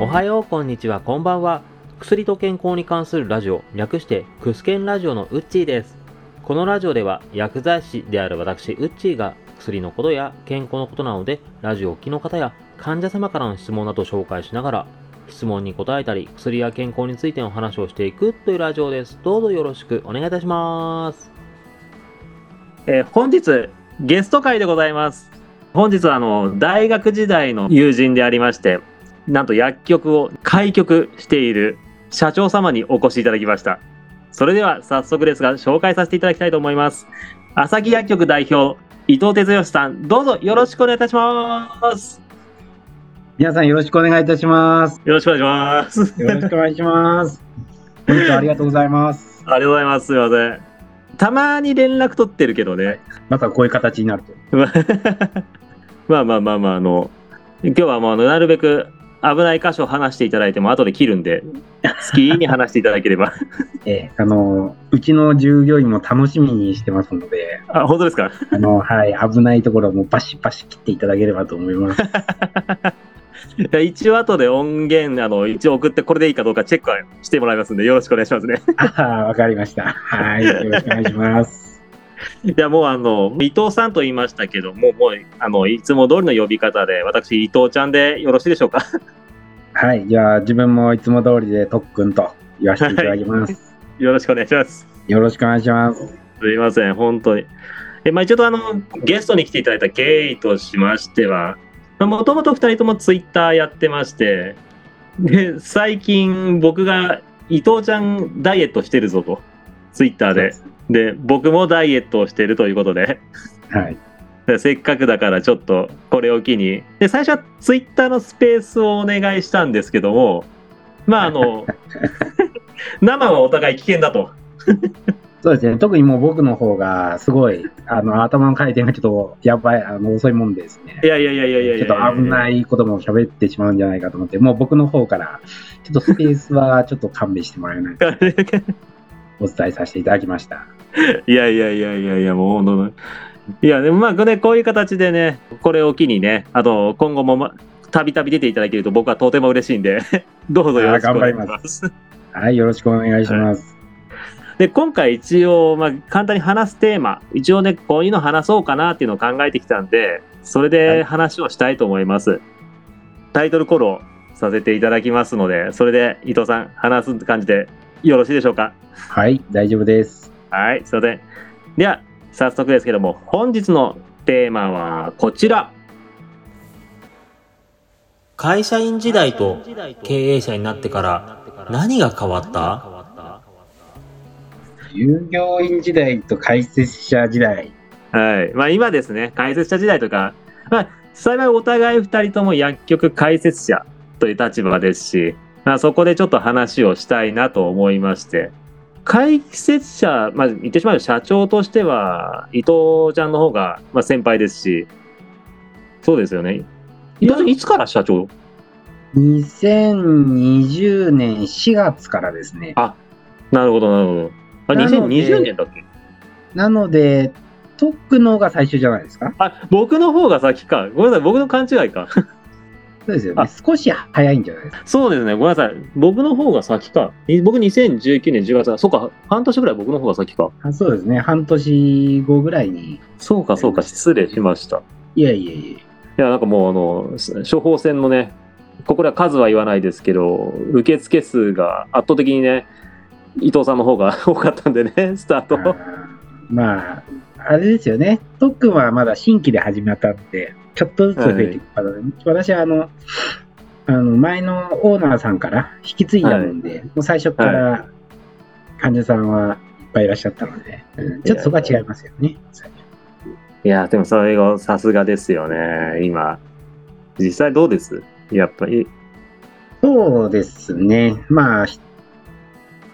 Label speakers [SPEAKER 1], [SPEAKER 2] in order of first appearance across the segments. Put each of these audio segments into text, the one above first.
[SPEAKER 1] おはよう、こんにちは、こんばんは。薬と健康に関するラジオ、略して、クスケンラジオのウッチーです。このラジオでは、薬剤師である私、ウッチーが、薬のことや健康のことなので、ラジオをお聞きの方や、患者様からの質問などを紹介しながら、質問に答えたり、薬や健康についてのお話をしていくというラジオです。どうぞよろしくお願いいたします。
[SPEAKER 2] えー本日ゲスト会でございます本日はあの大学時代の友人でありましてなんと薬局を開局している社長様にお越しいただきましたそれでは早速ですが紹介させていただきたいと思います朝木薬局代表伊藤哲義さんどうぞよろしくお願いいたします
[SPEAKER 3] 皆さんよろしくお願いいたします。
[SPEAKER 2] よろしくお願いします
[SPEAKER 3] よろしくお願いします。本日はありがとうございます。
[SPEAKER 2] ありがとうございますすいませんたまに連絡取ってるけどね
[SPEAKER 3] またこういう形になると。
[SPEAKER 2] まあ まあまあまあまああの今日はもうあのなるべく危ない箇所を話していただいても後で切るんで好きに話していただければ
[SPEAKER 3] ええあの、うちの従業員も楽しみにしてますの で、
[SPEAKER 2] あ本当ですか
[SPEAKER 3] あの、はい、危ないところもバシバシ切っていただければと思い ます。
[SPEAKER 2] いや一応後で音源あの一応送ってこれでいいかどうかチェックはしてもらいますんでよろしくお願いしますね
[SPEAKER 3] ああ、わかりました。はい、よろしくお願いします。
[SPEAKER 2] いやもうあの伊藤さんと言いましたけどもうもうあのいつも通りの呼び方で私伊藤ちゃんでよろしいでしょうか
[SPEAKER 3] はい、じゃあ自分もいつも通りで特訓と言わせていただきます。
[SPEAKER 2] よろしくお願いします
[SPEAKER 3] よろしくお願いします。
[SPEAKER 2] すいません、本当に。えまあ、一応あの、ゲストに来ていただいた経緯としましては、もともと2人ともツイッターやってまして、で最近、僕が伊藤ちゃんダイエットしてるぞと、ツイッターで。で、僕もダイエットをしてるということで、
[SPEAKER 3] はい、
[SPEAKER 2] でせっかくだからちょっとこれを機に。で、最初はツイッターのスペースをお願いしたんですけども、まああ の、生はお互い危険だと。
[SPEAKER 3] そうですね、特にもう僕の方がすごい、あの、頭の回転がちょっとやばい、あの、遅いもんですね。
[SPEAKER 2] いやいやいやいやいやい
[SPEAKER 3] ちょ
[SPEAKER 2] や
[SPEAKER 3] っと危ないことも喋ってしまうんじゃないかと思って、もう僕の方から、ちょっとスペースはちょっと勘弁してもらえないかお伝えさせていただきました。
[SPEAKER 2] いやいやいやいやいや、もう本当にいや、でもまあ、ね、こういう形でね、これを機にね、あと、今後もまたびたび出ていただけると僕はとても嬉しいんで、 どうぞよろしくお願いし
[SPEAKER 3] あー頑張り
[SPEAKER 2] ます。
[SPEAKER 3] はい、よろしくお願いします。
[SPEAKER 2] で、今回一応、まあ、簡単に話すテーマ、一応ね、こういうの話そうかなっていうのを考えてきたんで、それ
[SPEAKER 3] は
[SPEAKER 2] で
[SPEAKER 3] い
[SPEAKER 2] 話をしたいと思います。タイトルコールをさせていただきますので、それで伊藤さん、話す感じでよろしいでしょうか。
[SPEAKER 3] はい、大丈夫です。
[SPEAKER 2] はい、すいません。では、早速ですけども、本日のテーマはこちら。
[SPEAKER 1] 会社員時代と経営者になってから、何が変わった
[SPEAKER 3] 従業員時代と解説者時代。
[SPEAKER 2] はい。まあ今ですね、解説者時代とか、まあ幸いお互い2人とも薬局解説者という立場ですし、まあそこでちょっと話をしたいなと思いまして、解説者、まあ言ってしまうと社長としては、伊藤ちゃんの方が、まあ、先輩ですし、そうですよね。伊藤ちゃん、いつから社長
[SPEAKER 3] 2020年4月からですね
[SPEAKER 2] あ。なるほど、なるほど。あ、
[SPEAKER 3] なので
[SPEAKER 2] 2020年だっけ
[SPEAKER 3] なので、トックの方が最初じゃないですか。
[SPEAKER 2] あ、僕の方が先か。ごめんなさい、僕の勘違いか。
[SPEAKER 3] そうですよ
[SPEAKER 2] あ
[SPEAKER 3] ね。少し早いんじゃないですか。
[SPEAKER 2] そうですね、ごめんなさい。僕の方が先か。に僕2019年10月だ。そうか、半年ぐらい僕の方が先か。
[SPEAKER 3] あそうですね。半年後ぐらいに。
[SPEAKER 2] そうか、そうか、失礼しました。い
[SPEAKER 3] いやいやいや。
[SPEAKER 2] や、なんかもう、あのす、処方箋のね、ここでは数は言わないですけど、受付数が圧倒的にね、伊藤さんの方が 多かったんでね、スター
[SPEAKER 3] あ
[SPEAKER 2] ト。
[SPEAKER 3] ーまあ、あれですよね、特訓はまだ新規で始まったんで、ちょっとずつ増えていくから、私はあの、あの前のオーナーさんから引き継いだもんで、もう最初から患者さんはいっぱいいらっしゃったので、うんちょっとそこは違いますよね。
[SPEAKER 2] いや、でもそれがさすがですよね、今。実際どうですやっぱり。
[SPEAKER 3] そうですね、まあ、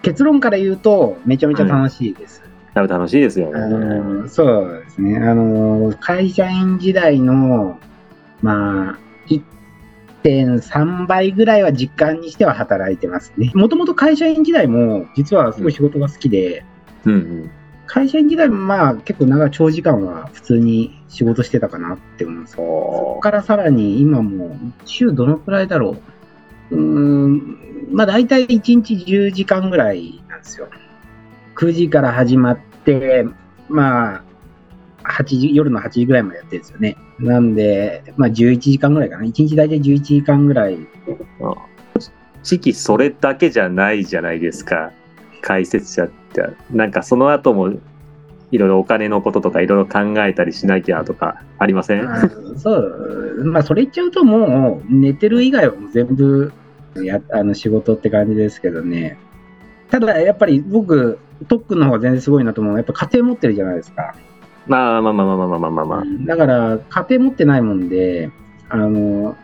[SPEAKER 3] 結論から言うと、めちゃめちゃ楽しいです。
[SPEAKER 2] やっぱ楽しいですよ
[SPEAKER 3] あ
[SPEAKER 2] ね。
[SPEAKER 3] のそうですね、あの会社員時代の、まあ、1.3倍ぐらいは実感にしては働いてますね。もともと会社員時代も、実はすごい仕事が好きで、
[SPEAKER 2] うんうん。
[SPEAKER 3] 会社員時代もまあ結構長い長時間は普通に仕事してたかなって思うんですけど、そこからさらに今もう週どのくらいだろううーん、まあ大体1日10時間ぐらいなんですよ。9時から始まって、まあ、8時、夜の8時ぐらいまでやってるんですよね。なんで、まあ11時間ぐらいかな。1日大体11時間ぐらい。
[SPEAKER 2] 時期それだけじゃないじゃないですか解説者ってなんかその後もいろいろお金のこととかいろいろ考えたりしなきゃとかありません
[SPEAKER 3] あのそう、まあそれ言っちゃうともう寝てる以外はもう全部やあの仕事って感じですけどね。ただやっぱり僕、特区の方が全然すごいなと思うのは、やっぱ家庭持ってるじゃないですか。
[SPEAKER 2] まあまあまあまあまあまあまあまあ、
[SPEAKER 3] だから家庭持ってないもんであの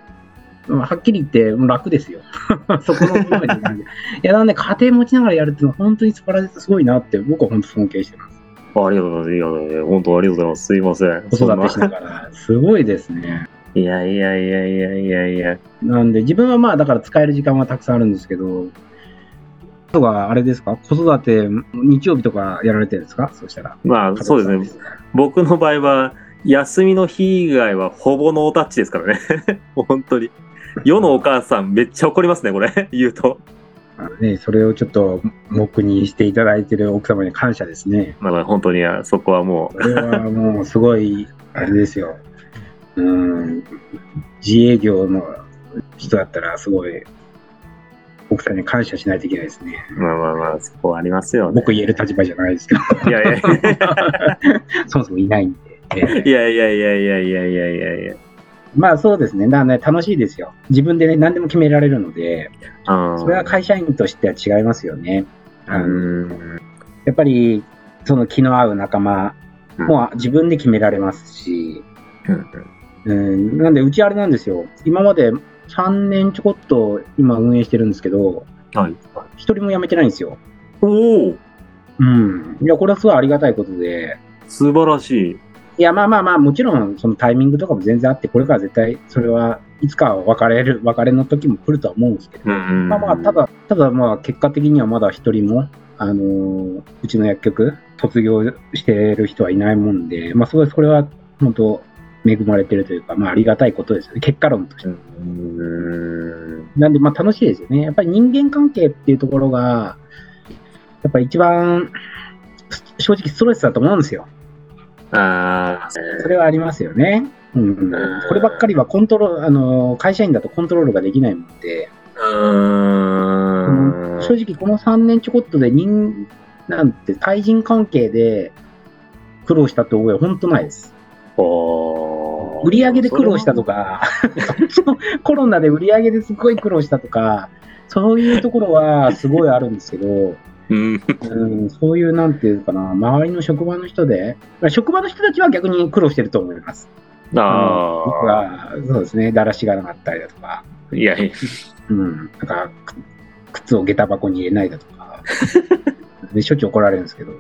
[SPEAKER 3] まあはっきり言って楽ですよ そこの部分に関していやなので家庭持ちながらやるっていうのは本当に素晴らしいすごいなって僕は本当尊敬してます
[SPEAKER 2] ありがとうございますいやいや本当ありがとうございますすいません
[SPEAKER 3] 子
[SPEAKER 2] そん
[SPEAKER 3] 育
[SPEAKER 2] な
[SPEAKER 3] てしながらすごいですね
[SPEAKER 2] いやいやいやいやいやいや
[SPEAKER 3] なんで自分はまあだから使える時間はたくさんあるんですけどとかあれですか子育て日曜日とかやられてるんですかそうしたら
[SPEAKER 2] まあそうですね
[SPEAKER 3] ね
[SPEAKER 2] 僕の場合は休みの日以外はほぼノータッチですからね 本当に世のお母さんめっちゃ怒りますねこれ言うと
[SPEAKER 3] ねそれをちょっと黙にしていただいてる奥様に感謝ですね
[SPEAKER 2] まあまあ本当にあそこはも
[SPEAKER 3] これはもうすごい、 あれですよ。うん、自営業の人だったら、すごい、奥さんに感謝しないといけないですね。
[SPEAKER 2] うまあまあまあそこはありますよね
[SPEAKER 3] 僕言える立場じゃないですけど、
[SPEAKER 2] いやいやいや
[SPEAKER 3] そもそもいないん で。ええ
[SPEAKER 2] いやいやいやいやいやいやいやいや。
[SPEAKER 3] まあそうですね。だからね、楽しいですよ。自分でね、何でも決められるので、
[SPEAKER 2] あー
[SPEAKER 3] それは会社員としては違いますよね。あの
[SPEAKER 2] うん。
[SPEAKER 3] やっぱり、その気の合う仲間も自分で決められますし、うん、なんで、うちあれなんですよ。今まで3年ちょこっと今運営してるんですけど、
[SPEAKER 2] はい。
[SPEAKER 3] 一人も辞めてないんですよ。
[SPEAKER 2] おお
[SPEAKER 3] うん。いや、これはすごいありがたいことで、
[SPEAKER 2] 素晴らしい。
[SPEAKER 3] いや、まあまあまあ、もちろんそのタイミングとかも全然あって、これから絶対、それはいつかは別れる、別れの時も来るとは思うんですけど、
[SPEAKER 2] うん
[SPEAKER 3] まあまあ、ただ、ただまあ、結果的にはまだ一人も、あのーうちの薬局、卒業してる人はいないもんで、まあ、すごい、それは本当、恵まれてるというか、まあ、ありがたいことですよね。結果論として
[SPEAKER 2] うん。
[SPEAKER 3] なんで、まあ楽しいですよね。やっぱり人間関係っていうところが、やっぱり一番、す正直ストレスだと思うんですよ。
[SPEAKER 2] ああ。
[SPEAKER 3] それはありますよね。うん、こればっかりはコントロール、あの、会社員だとコントロールができないもんで、
[SPEAKER 2] うん。
[SPEAKER 3] 正直この3年ちょこっとで人、なんて、対人関係で苦労したって覚えは本当ないです。
[SPEAKER 2] おー
[SPEAKER 3] 売り上げで苦労したと。か、コロナで売り上げですごい苦労したとか、そういうところはすごいあるんですけど、
[SPEAKER 2] うん。
[SPEAKER 3] うん、そういう、なんていうかな、周りの職場の人で、まあ職場の人たちは逆に苦労してると思います。
[SPEAKER 2] あ
[SPEAKER 3] 僕
[SPEAKER 2] あ。
[SPEAKER 3] は、そうですね、だらしがなかったりだとか、
[SPEAKER 2] いやい
[SPEAKER 3] うん、なんか、く靴を下駄箱に入れないだと か、でしょっちゅう怒られるんですけど、うん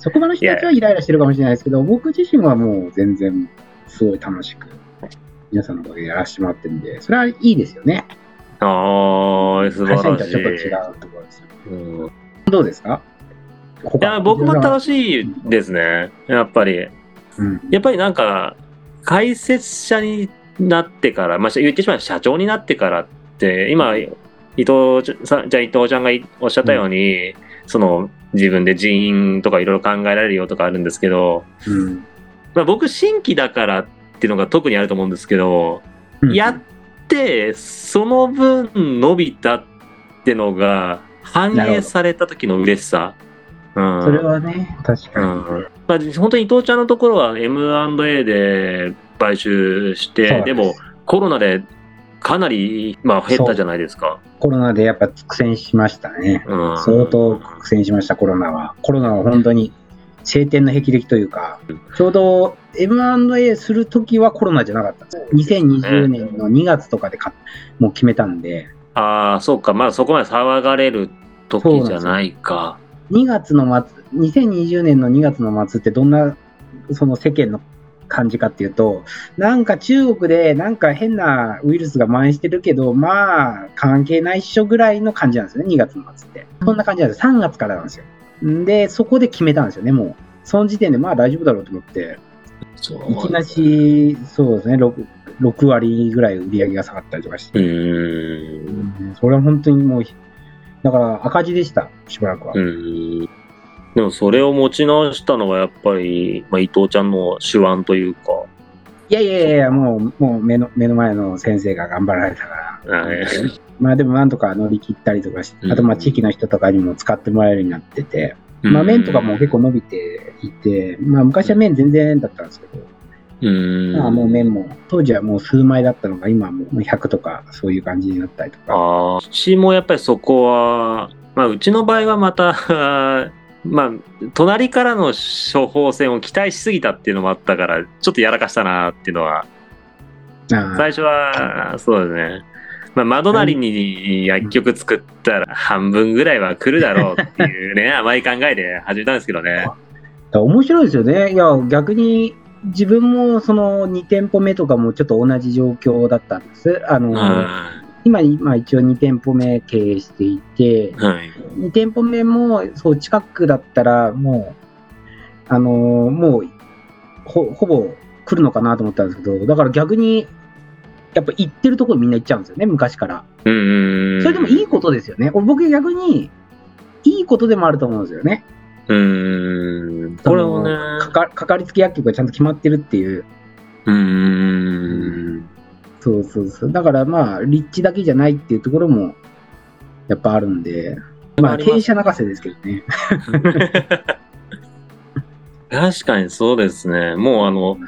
[SPEAKER 3] 職場の人たちはイライラしてるかもしれないですけど、僕自身はもう全然、すごい楽しく、皆さんのおかげでやらせてもらってるんで、それはいいですよね。
[SPEAKER 2] や。ああ、素
[SPEAKER 3] 会社
[SPEAKER 2] 晴
[SPEAKER 3] 員
[SPEAKER 2] ら
[SPEAKER 3] とは
[SPEAKER 2] し
[SPEAKER 3] ちょっと
[SPEAKER 2] い。
[SPEAKER 3] 違うところですよ。
[SPEAKER 2] うん
[SPEAKER 3] どうですかい
[SPEAKER 2] いや、僕も楽
[SPEAKER 3] し
[SPEAKER 2] しいですね。やっぱり。
[SPEAKER 3] うん
[SPEAKER 2] やっぱりなんか、解説者になってから、まあ、言ってしまえば社長になってからって、今、伊藤ちゃんさん、じゃあ伊藤ちゃんがおっしゃったように、その、自分で人員とかいろいろ考えられるよとかあるんですけど、
[SPEAKER 3] うん
[SPEAKER 2] まあ、僕、新規だからっていうのが特にあると思うんですけど、
[SPEAKER 3] うん
[SPEAKER 2] やって、その分伸びたってのが、反
[SPEAKER 3] なるほ
[SPEAKER 2] 映
[SPEAKER 3] ど
[SPEAKER 2] された時の嬉しさ。うん
[SPEAKER 3] それはね、確か
[SPEAKER 2] う
[SPEAKER 3] に。
[SPEAKER 2] んまあ、本当に伊藤ちゃんのところは M&A で買収し
[SPEAKER 3] そう
[SPEAKER 2] て
[SPEAKER 3] なん
[SPEAKER 2] ですもコロナでかなり、まあ、減ったじゃないですか。
[SPEAKER 3] コロナでやっぱ苦戦しましたね。
[SPEAKER 2] うん
[SPEAKER 3] 相当苦戦しました、コロナは。コロナは本当に晴天の霹靂というか、ちょうど M&A するときはコロナじゃなかったんですよ。2020年の2月とかでかもう決めたんで、
[SPEAKER 2] ああそうかまだそこまで騒がれる時じゃないか。
[SPEAKER 3] 2月の末、2020年の2月の末ってどんなその世間の感じかっていうと、なんか中国でなんか変なウイルスが蔓延してるけど、まあ関係ないっしょぐらいの感じなんですよね、2月の末って。そんな感じなんです3月からなんですよ。んで、そこで決めたんですよね、もう。その時点でまあ大丈夫だろうと思って、
[SPEAKER 2] そう
[SPEAKER 3] いきなし、そうですね、6 6割ぐらい売り上げが下がったりとかして、
[SPEAKER 2] ーん。
[SPEAKER 3] うんそれは本当にもう、だから赤字でした、しばらくは。
[SPEAKER 2] うん。でもそれを持ち直したのはやっぱり、まあ、伊藤ちゃんの手腕というか、
[SPEAKER 3] いやいやいやいや、もう、もう目の目の前の先生が頑張られたから。
[SPEAKER 2] はい
[SPEAKER 3] まあでもなんとか乗り切ったりとかし
[SPEAKER 2] う
[SPEAKER 3] て、
[SPEAKER 2] ん
[SPEAKER 3] あとまあ地域の人とかにも使ってもらえるようになってて、まあ麺とかも結構伸びていて、まあ昔は麺全然だったんですけど、
[SPEAKER 2] うん、
[SPEAKER 3] まあもう麺も、当時はもう数枚だったのが今はもう100とかそういう感じになったりとか。
[SPEAKER 2] ああ、うちもやっぱりそこは、まあ、うちの場合はまた、 まあ、隣からの処方箋を期待しすぎたっていうのもあったから、ちょっとやらかしたなっていうのは、
[SPEAKER 3] ああ
[SPEAKER 2] 最初は、そうですね。まあ、窓なりに薬局作ったら半分ぐらいは来るだろうっていう ね、甘い考えで始めたんですけどね。
[SPEAKER 3] だから面白いですよね。いや、逆に自分もその2店舗目とかもちょっと同じ状況だったんです。あ
[SPEAKER 2] う
[SPEAKER 3] の、
[SPEAKER 2] ん。は
[SPEAKER 3] 今、今一応2店舗目経営していて、
[SPEAKER 2] い。
[SPEAKER 3] 2店舗目もそう近くだったらもう、あのーもうほほぼ来るのかなと思ったんですけどだから逆にやっぱ行ってるところみんな行っちゃうんですよね昔から
[SPEAKER 2] うんうんうん。
[SPEAKER 3] それでもいいことですよね、俺僕逆にいいことでもあると思うんですよね
[SPEAKER 2] うんうん。これをね。
[SPEAKER 3] かかかかりつけ薬局がちゃんと決まってるっていう
[SPEAKER 2] うんうん
[SPEAKER 3] そうそうそうだからまあ立地だけじゃないっていうところもやっぱあるんでま
[SPEAKER 2] あ
[SPEAKER 3] あ
[SPEAKER 2] ります
[SPEAKER 3] 傾斜泣かせですけどね
[SPEAKER 2] 確かにそうですね。もうあの、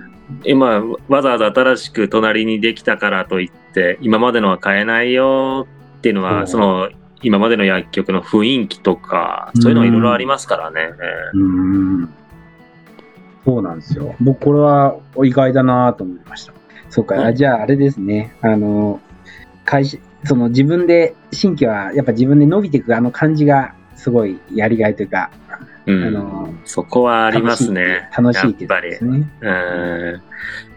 [SPEAKER 2] 今、わざわざ新しく隣にできたからといって、今までのは買えないよっていうの
[SPEAKER 3] う
[SPEAKER 2] は、
[SPEAKER 3] ん
[SPEAKER 2] その、今までの薬局の雰囲気とか、そういうのはいろいろありますからね。
[SPEAKER 3] うーんそうなんですよ。僕、これは意外だなと思いました。そうか、
[SPEAKER 2] うん
[SPEAKER 3] あじゃああれですね。あの、会社、その自分で、新規はやっぱ自分で伸びていくあの感じが、すごいやりがいというか、
[SPEAKER 2] うん
[SPEAKER 3] あの
[SPEAKER 2] そこはありますね。
[SPEAKER 3] 楽しいっていう
[SPEAKER 2] やっ
[SPEAKER 3] 楽
[SPEAKER 2] ぱ
[SPEAKER 3] し
[SPEAKER 2] り
[SPEAKER 3] いって。いうことですね。
[SPEAKER 2] うん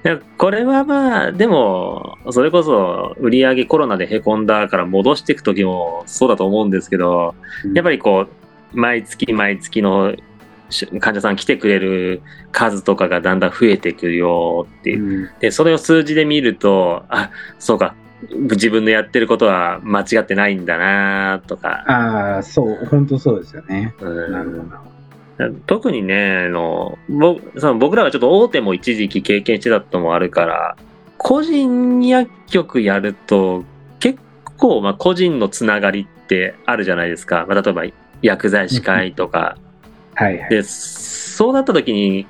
[SPEAKER 2] いやこれはまあ、でも、それこそ売り上げコロナでへこんだから戻していく時もそうだと思うんですけど、やっぱ
[SPEAKER 3] り、
[SPEAKER 2] りこう、毎月毎月のし患者さん来てくれる数とかがだんだん増えてくるよっていう。
[SPEAKER 3] うん
[SPEAKER 2] で、それを数字で見ると、あ、そうか、自分のやってることは間違ってないんだなとか、
[SPEAKER 3] ああ、そう、本当そうですよね。
[SPEAKER 2] うん
[SPEAKER 3] なるほどな。
[SPEAKER 2] 特にね、あの僕その僕らがちょっと大手も一時期経験してたのもあるから、個人薬局やると、結構、まあ、個人のつながりってあるじゃないですか。まあ、例えば、薬剤師会とか、
[SPEAKER 3] はいはい。
[SPEAKER 2] でそうなった時に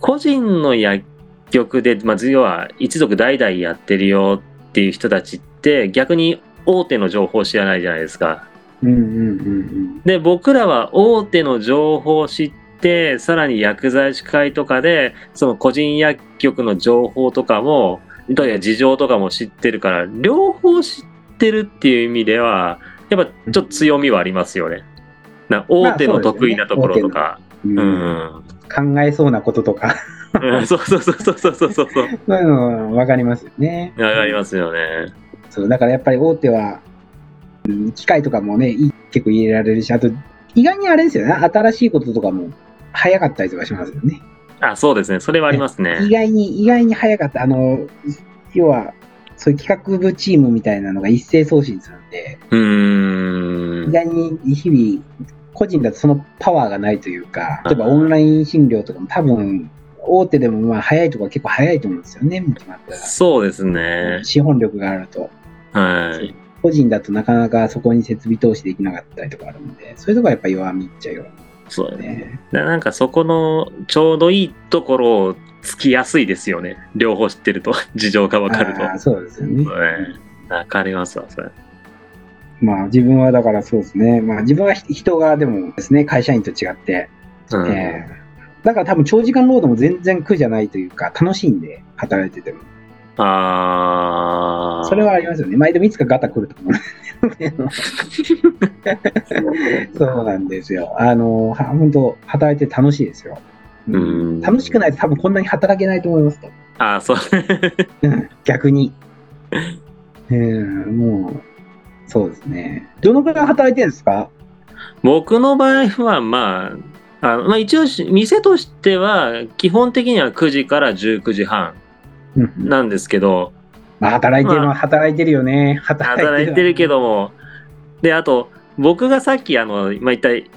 [SPEAKER 2] 個人の薬局で、まあ、要は一族代々やってるよっていう人たちって逆に大手の情報を知らないじゃないですか。
[SPEAKER 3] うんうんうん
[SPEAKER 2] で僕らは大手の情報を知ってさらに薬剤師会とかでその個人薬局の情報とかもどうや事情とかも知ってるから両方知ってるっていう意味ではやっぱちょっと強みはありますよね。な大手の得意なところとか。
[SPEAKER 3] うん。
[SPEAKER 2] うん
[SPEAKER 3] うん、考えそうなこととか、
[SPEAKER 2] うんそうそうそうそうそうそうそう。
[SPEAKER 3] そういうの分かりますよね。
[SPEAKER 2] わかりますよね。
[SPEAKER 3] そうだからやっぱり大手は、うん機械とかもね、い結構入れられるし、あと、意外にあれですよね、新しいこととかも早かったりとかしますよね。
[SPEAKER 2] あ、そうですね。それはあります
[SPEAKER 3] 意
[SPEAKER 2] ね。
[SPEAKER 3] 外に、意外に早かった。あの、要は、そういう企画部チームみたいなのが一斉送信するんで、
[SPEAKER 2] う
[SPEAKER 3] 意
[SPEAKER 2] ーん。
[SPEAKER 3] 外に日々、個人だとそのパワーがないというか、例えばオンライン診療とかも多分、大手でもまあ早いとこは結構早いと思うんですよね、決まった
[SPEAKER 2] そうですね
[SPEAKER 3] ら。。資本力があると。
[SPEAKER 2] はい。
[SPEAKER 3] 個人だとなかなかそこに設備投資できなかったりとかあるので、そういうとこはやっぱ弱みっちゃ弱み
[SPEAKER 2] そうね。
[SPEAKER 3] ね。
[SPEAKER 2] ななんかそこのちょうどいいところをつきやすいですよね。両方知ってると、 事情がわかると。
[SPEAKER 3] あーそうですよね。
[SPEAKER 2] そうねわかりますわ、それ。
[SPEAKER 3] まあ自分はだからそうですね。まあ自分はひ人がでもですね、会社員と違って、
[SPEAKER 2] うん。
[SPEAKER 3] えーだから多分長時間労働も全然苦じゃないというか、楽しいんで、働いてても。
[SPEAKER 2] あー
[SPEAKER 3] それはありますよね。毎度いつかガタ来ると思うん ですよねそうなんですよ。あの、は本当働いて楽しいですよ。
[SPEAKER 2] うん
[SPEAKER 3] 楽しくないと多分こんなに働けないと思います。
[SPEAKER 2] あー、そう。
[SPEAKER 3] うん逆に。うん、もう、そうですね。どのくらい働いてるんですか
[SPEAKER 2] 僕の場合は、まあ、あのまあ、一応し、店としては、基本的には9時から19時半。
[SPEAKER 3] うん。
[SPEAKER 2] なんですけど、
[SPEAKER 3] まあ、働いてるのは働いてるよね。
[SPEAKER 2] 働いてるけ
[SPEAKER 3] ど。
[SPEAKER 2] ども、で、あと、僕がさっき、あの、まあ、一体、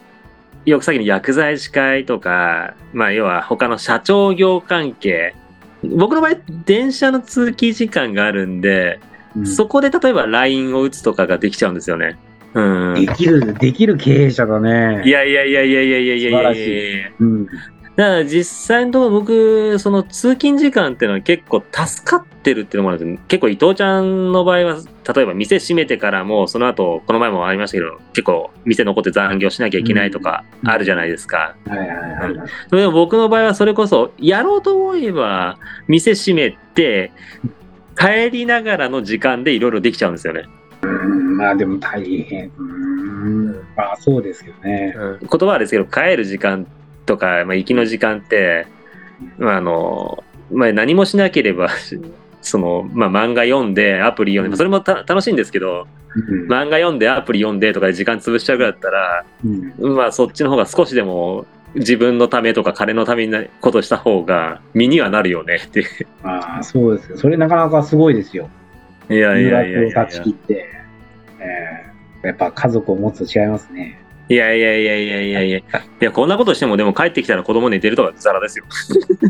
[SPEAKER 2] よくさっきの薬剤師会とか、まあ、要は他の社長業関係、僕の場合、電車の通勤時間があるんで、
[SPEAKER 3] うん
[SPEAKER 2] そこで例えば LINE を打つとかができちゃうんですよね。うん。
[SPEAKER 3] できる、できる経営者だね。
[SPEAKER 2] いやいやいやいやいやいやいやいやいや
[SPEAKER 3] 素
[SPEAKER 2] いや
[SPEAKER 3] うん。
[SPEAKER 2] だから実際のところ僕、その通勤時間っていうのは結構助かってるっていうのもあるんですけど、結構伊藤ちゃんの場合は、例えば店閉めてからも、その後、この前もありましたけど、結構店残って残業しなきゃいけないとか
[SPEAKER 3] うん
[SPEAKER 2] あるじゃないですか。
[SPEAKER 3] はいはいはいはい。
[SPEAKER 2] それでも僕の場合はそれこそ、やろうと思えば、店閉めて、帰りながらの時間でいろいろできちゃうんですよね。
[SPEAKER 3] うん、まあでも大変。うん。まあそうですけどね。
[SPEAKER 2] 言葉はですけど帰る時間とか、まあ、行きの時間って、まああのまあ、何もしなければその、まあ、漫画読んでアプリ読ん
[SPEAKER 3] う
[SPEAKER 2] で
[SPEAKER 3] ん
[SPEAKER 2] それもた楽しいんですけど
[SPEAKER 3] うん。
[SPEAKER 2] 漫画読んでアプリ読んでとかで時間潰しちゃうぐらいだったら、
[SPEAKER 3] うん
[SPEAKER 2] まあ、そっちの方が少しでも自分のためとか金のためになことした方が身にはなるよねっていう
[SPEAKER 3] まあそうですよ。それなかなかすごいですよ。
[SPEAKER 2] いやい
[SPEAKER 3] 誘
[SPEAKER 2] やいや
[SPEAKER 3] 惑
[SPEAKER 2] い
[SPEAKER 3] を
[SPEAKER 2] や
[SPEAKER 3] 断ち切って。えーやっぱ家族を持つと違いますね。
[SPEAKER 2] いやいやいやいやいやいやいやこんなことしてもでも帰ってきたら子供寝てるとかザラですよ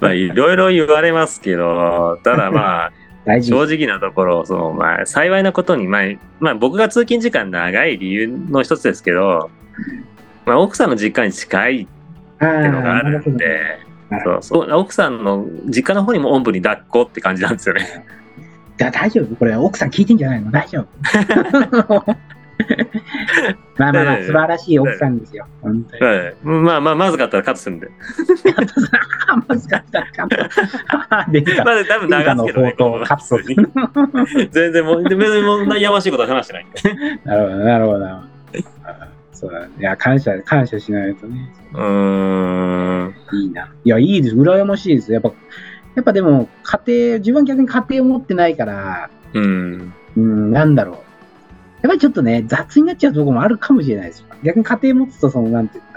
[SPEAKER 2] まあいろいろ言われますけどただまあ
[SPEAKER 3] 大事に
[SPEAKER 2] 正直なところその、まあ、幸いなことに、まあまあ、僕が通勤時間長い理由の一つですけど、まあ、奥さんの実家に近いっ
[SPEAKER 3] あー
[SPEAKER 2] ていうのがあ
[SPEAKER 3] なる
[SPEAKER 2] る
[SPEAKER 3] ほ
[SPEAKER 2] ん
[SPEAKER 3] どね
[SPEAKER 2] で
[SPEAKER 3] なるほ
[SPEAKER 2] そうそう奥さんの実家の方にもおんぶに抱っこって感じなんですよね。
[SPEAKER 3] だ大丈夫これ奥さん聞いてんじゃないの大丈夫まあまあまあ素晴らしい奥さんですよ。本当に。
[SPEAKER 2] はい、まあまあまずかったらカットするんで。
[SPEAKER 3] あ、まずかった。ちゃんと。あ出た。
[SPEAKER 2] まあ多分流すけどね
[SPEAKER 3] 文化の宝刀カット
[SPEAKER 2] 普通に全然もう別に問題やましいことは話してないんで。
[SPEAKER 3] なるほど、なるほどなるほど。あそうだね。いや、感謝、感謝しないとね。
[SPEAKER 2] うーん
[SPEAKER 3] いいな。いや、いいです。羨ましいです。やっぱ、やっぱでも、家庭、自分は逆に家庭を持ってないから、
[SPEAKER 2] うん
[SPEAKER 3] うん、なんだろう。やっぱりちょっとね、雑になっちゃうところもあるかもしれないですよ。逆に家庭持つと、その、なんていうん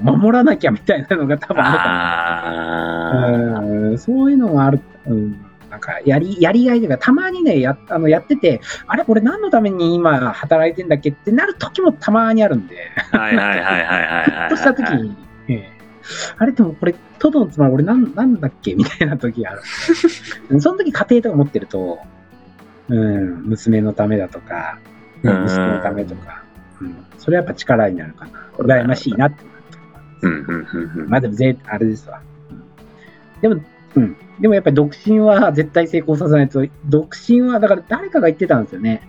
[SPEAKER 3] だもう守らなきゃみたいなのが多分あるかも
[SPEAKER 2] あー
[SPEAKER 3] うんそういうのもある、うん、なんかやりやりがいというか、たまにね、やあのやってて、あれ、これ何のために今働いてんだっけってなる時もたまにあるんで、
[SPEAKER 2] はいはいはいはいはいはい
[SPEAKER 3] ふ
[SPEAKER 2] はい。
[SPEAKER 3] っとした時に、ええあれ、でもこれ、トドのつまり俺なん、なんだっけみたいな時があるん でその時家庭とか持ってると、うん、娘のためだとか、ね
[SPEAKER 2] うん
[SPEAKER 3] 息子のためとか、うん、それはやっぱ力になるかな、羨ましいなって。
[SPEAKER 2] うんうんうんうん
[SPEAKER 3] まあでもぜ、あれですわ。うんでも、うん。でもやっぱり独身は絶対成功させないと、独身は、だから誰かが言ってたんですよね。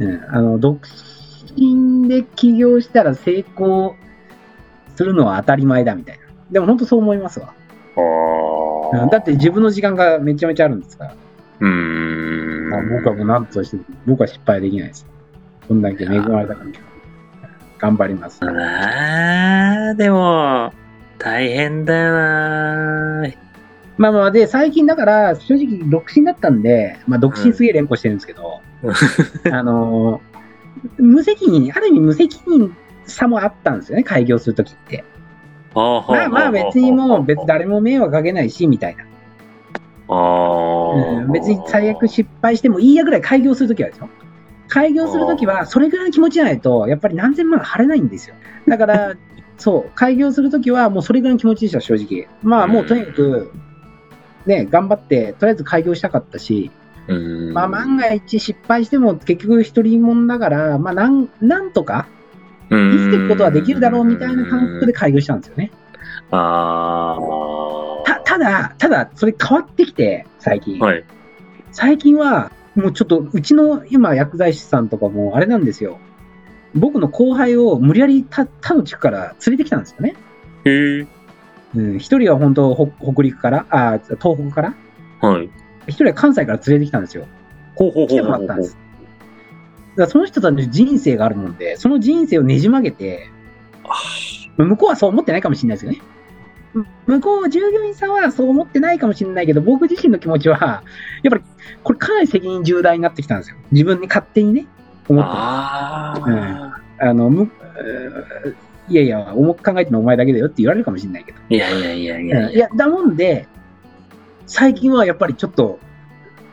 [SPEAKER 3] うん。あの、独身で起業したら成功するのは当たり前だみたいな。でも本当そう思いますわ。うんだって自分の時間がめちゃめちゃあるんですから。
[SPEAKER 2] うーん
[SPEAKER 3] まあ僕はもう何としても、僕は失敗できないです。こんだけ恵まれた環境。頑張ります。
[SPEAKER 2] あーでも、大変だよなー
[SPEAKER 3] まあまあ、で、最近だから、正直、独身だったんで、まあ、独身すげえ連呼してるんですけど、あのー無責任、ある意味無責任さもあったんですよね、開業するときって。
[SPEAKER 2] ほうほう
[SPEAKER 3] まあまあ、別にもう、別に誰も迷惑かけないし、みたいな。うん別に最悪失敗してもいいやぐらい開業するときはですよ。開業するときは、それぐらいの気持ちじゃないと、やっぱり何千万払れないんですよ。だから、そう、開業するときは、もうそれぐらいの気持ちでした、正直。まあ、もうとにかく、ね、頑張って、とりあえず開業したかったし、
[SPEAKER 2] うん
[SPEAKER 3] まあ、万が一失敗しても結局一人もんだから、まあ、なんなんとか生きていくことはできるだろうみたいな感覚で開業したんですよね。
[SPEAKER 2] あ
[SPEAKER 3] たただ、ただ、それ変わってきて、最
[SPEAKER 2] ー
[SPEAKER 3] 近。
[SPEAKER 2] はい。
[SPEAKER 3] 最近は、もうちょっと、うちの今、薬剤師さんとかも、あれなんですよ。僕の後輩を無理やり他他の地区から連れてきたんですよね。
[SPEAKER 2] へー
[SPEAKER 3] うん、一人は本当北、北陸から、あー東北から、
[SPEAKER 2] はい。
[SPEAKER 3] 一人は関西から連れてきたんですよ。
[SPEAKER 2] ほうほうほ
[SPEAKER 3] 来て
[SPEAKER 2] う
[SPEAKER 3] も
[SPEAKER 2] ほ
[SPEAKER 3] ら
[SPEAKER 2] う
[SPEAKER 3] ったんです。だからその人たちの人生があるもんで、その人生をねじ曲げて、向こうはそう思ってないかもしれないですよね。向こう、従業員さんはそう思ってないかもしれないけど、僕自身の気持ちは、やっぱりこれ、かなり責任重大になってきたんですよ。自分に勝手にね、思ってます
[SPEAKER 2] あー
[SPEAKER 3] あのむえーいやいや、重く考えてるのお前だけだよって言われるかもしれないけど。
[SPEAKER 2] いやいやいやい
[SPEAKER 3] いや
[SPEAKER 2] やいや。
[SPEAKER 3] だもんで、最近はやっぱりちょっと、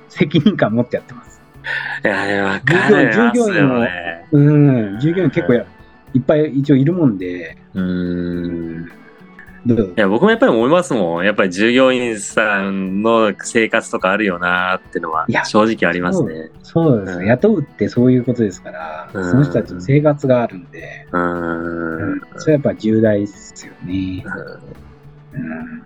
[SPEAKER 3] 責任感持ってやってます。
[SPEAKER 2] いやいや、わかります
[SPEAKER 3] 従業員
[SPEAKER 2] よ
[SPEAKER 3] も
[SPEAKER 2] ね。
[SPEAKER 3] うん、従業員結構やいっぱい一応いるもんで、
[SPEAKER 2] うーん。い
[SPEAKER 3] どう
[SPEAKER 2] や、僕もやっぱり思いますもん。やっぱり従業員さんの生活とかあるよなーってのはい
[SPEAKER 3] や
[SPEAKER 2] 正直ありますね。
[SPEAKER 3] そうです
[SPEAKER 2] う
[SPEAKER 3] ね、
[SPEAKER 2] ん
[SPEAKER 3] 雇うってそういうことですから、
[SPEAKER 2] うん
[SPEAKER 3] その人たちの生活があるんで、
[SPEAKER 2] う
[SPEAKER 3] う
[SPEAKER 2] ー
[SPEAKER 3] ん
[SPEAKER 2] ん。
[SPEAKER 3] それはやっぱ重大ですよね。うん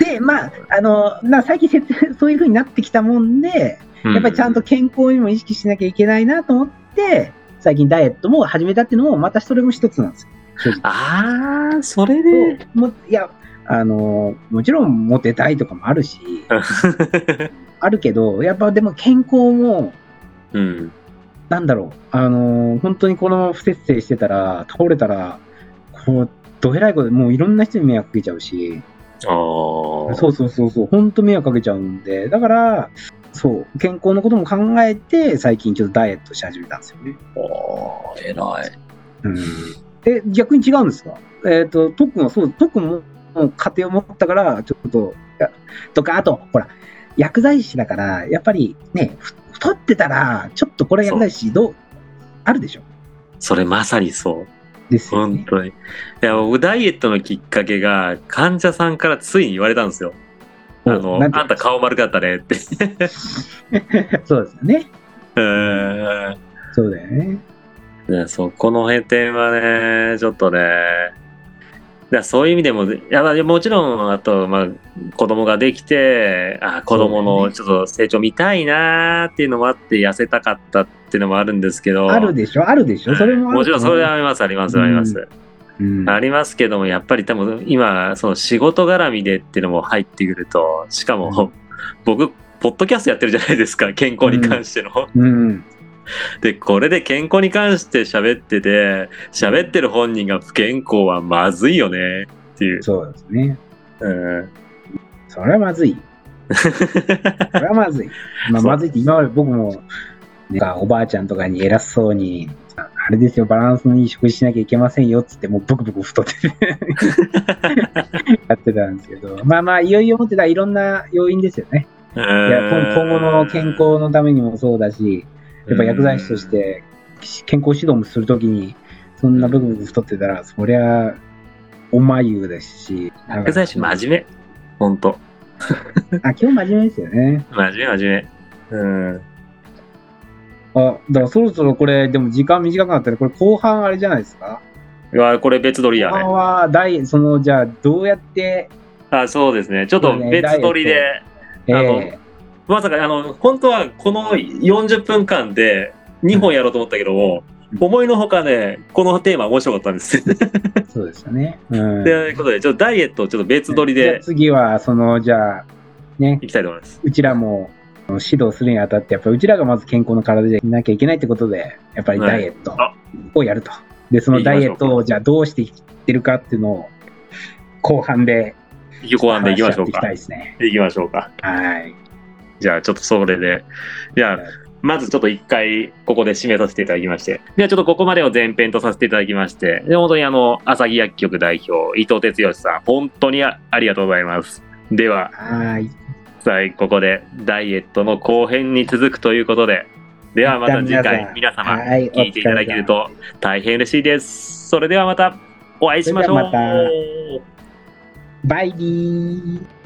[SPEAKER 3] で、まあ、あの、な最近説明、 そういうふうになってきたもんで、やっぱりちゃんと健康にも意識しなきゃいけないなと思って、最近ダイエットも始めたっていうのも、またそれも一つなんですよ。正直
[SPEAKER 2] ああ、それで。
[SPEAKER 3] もいや、あの、もちろんモテたいとかもあるし、あるけど、やっぱでも健康も、
[SPEAKER 2] うん。
[SPEAKER 3] なんだろう、あのー本当にこのまま不節制してたら、倒れたら、こう、どえらいこと、もういろんな人に迷惑かけちゃうし、
[SPEAKER 2] おー
[SPEAKER 3] そうそうそうそう、本当迷惑かけちゃうんで、だから、そう、健康のことも考えて、最近ちょっとダイエットし始めたんですよね。
[SPEAKER 2] おー偉い。
[SPEAKER 3] うん。え、逆に違うんですかえっ、と、特訓はそう、特訓も、もう家庭を持ったから、ちょっと、いやとか、あと、ほら、薬剤師だから、やっぱりね、ふ太ってたら、ちょっとこれ薬剤師どう、あるでしょ
[SPEAKER 2] それまさにそう。
[SPEAKER 3] ですよ
[SPEAKER 2] 本
[SPEAKER 3] ね。
[SPEAKER 2] 当に。いや、僕、ダイエットのきっかけが、患者さんからついに言われたんですよ。あの、
[SPEAKER 3] なんて
[SPEAKER 2] あんた顔丸かったねって。
[SPEAKER 3] そうですよね。
[SPEAKER 2] うーん
[SPEAKER 3] そうだよね。
[SPEAKER 2] ね。そこの閉店はね、ちょっとね、だそういう意味でも、いやまあもちろん、あと、まあ、子供ができて、あ子供のちょっと成長見たいなーっていうのもあって、痩せたかったっていうのもあるんですけど、
[SPEAKER 3] あるでしょ、あるでしょ。それもある
[SPEAKER 2] もちろんそれはあります、あります、あります。
[SPEAKER 3] うん
[SPEAKER 2] ありますけども、やっぱり多分今、その仕事絡みでっていうのも入ってくると、しかも、僕、ポッドキャストやってるじゃないです か、健康に関しての。
[SPEAKER 3] うん。
[SPEAKER 2] で、これで健康に関して喋ってて、喋ってる本人が不健康はまずいよねっていう。
[SPEAKER 3] そうですね。
[SPEAKER 2] うん、
[SPEAKER 3] それはまずい。それはま ずい。まあ、
[SPEAKER 2] そう
[SPEAKER 3] まずいって今まで僕も、ね、おばあちゃんとかに偉そうに、あれですよ、バランスのいい食事しなきゃいけませんよっつって、もうブクブク太っててやってたんですけど、まあまあ、いよいよ持ってたらいろんな要因ですよね。いや今今後の健康のためにもそうだし、やっぱ薬剤師とし、て健康指導もするときに、そんなブクブク太ってたら、そりゃ、おまゆですし。
[SPEAKER 2] 薬剤師
[SPEAKER 3] ジ
[SPEAKER 2] 真面目。ほんと。
[SPEAKER 3] あ、基本真面目ですよね。
[SPEAKER 2] 真面目、真面目。うん。
[SPEAKER 3] あ、だからそろそろこれ、でも時間短くなったら、これ後半あれじゃないですか
[SPEAKER 2] うわ、これ別撮り
[SPEAKER 3] 後
[SPEAKER 2] やね
[SPEAKER 3] 半。は、大、その、じゃあ、どうやって、
[SPEAKER 2] あ、そうですね。ちょっと別撮りで。
[SPEAKER 3] え
[SPEAKER 2] あの
[SPEAKER 3] ー
[SPEAKER 2] まさか、あの、本当はこの40分間で2本やろうと思ったけども、
[SPEAKER 3] うん
[SPEAKER 2] 思いのほかね、このテーマ面白かったんです。と、
[SPEAKER 3] そうですよね。うん。
[SPEAKER 2] いうことで、ちょっとダイエットをちょっと別撮り
[SPEAKER 3] じゃあ
[SPEAKER 2] で
[SPEAKER 3] 次は、その、じゃあ、ね
[SPEAKER 2] い、きたいと思います。
[SPEAKER 3] うちらも、指導するにあたって、やっぱりうちらがまず健康の体でいなきゃいけないってことで、やっぱりダイエット
[SPEAKER 2] はい
[SPEAKER 3] をやると。で、そのダイエットを、じゃあ、どうしていってるかっていうのを、後半で、
[SPEAKER 2] 後半でいきましょう
[SPEAKER 3] 話合っていき
[SPEAKER 2] か
[SPEAKER 3] たい。ですね。
[SPEAKER 2] いきましょうか。
[SPEAKER 3] はい。
[SPEAKER 2] じゃあ、ちょっとそれで。じゃあ、まずちょっと一回、ここで締めさせていただきまして。では、ちょっとここまでを前編とさせていただきまして、で本当にあの、朝木薬局代表、伊藤哲義さん、本当にあありがとうございます。では、
[SPEAKER 3] はい。
[SPEAKER 2] さあここでダイエットの後編に続くということでではまた次回皆様
[SPEAKER 3] はい
[SPEAKER 2] 聞いていただけると大変嬉しいですそれではまたお会いしましょう
[SPEAKER 3] それではまバイビー。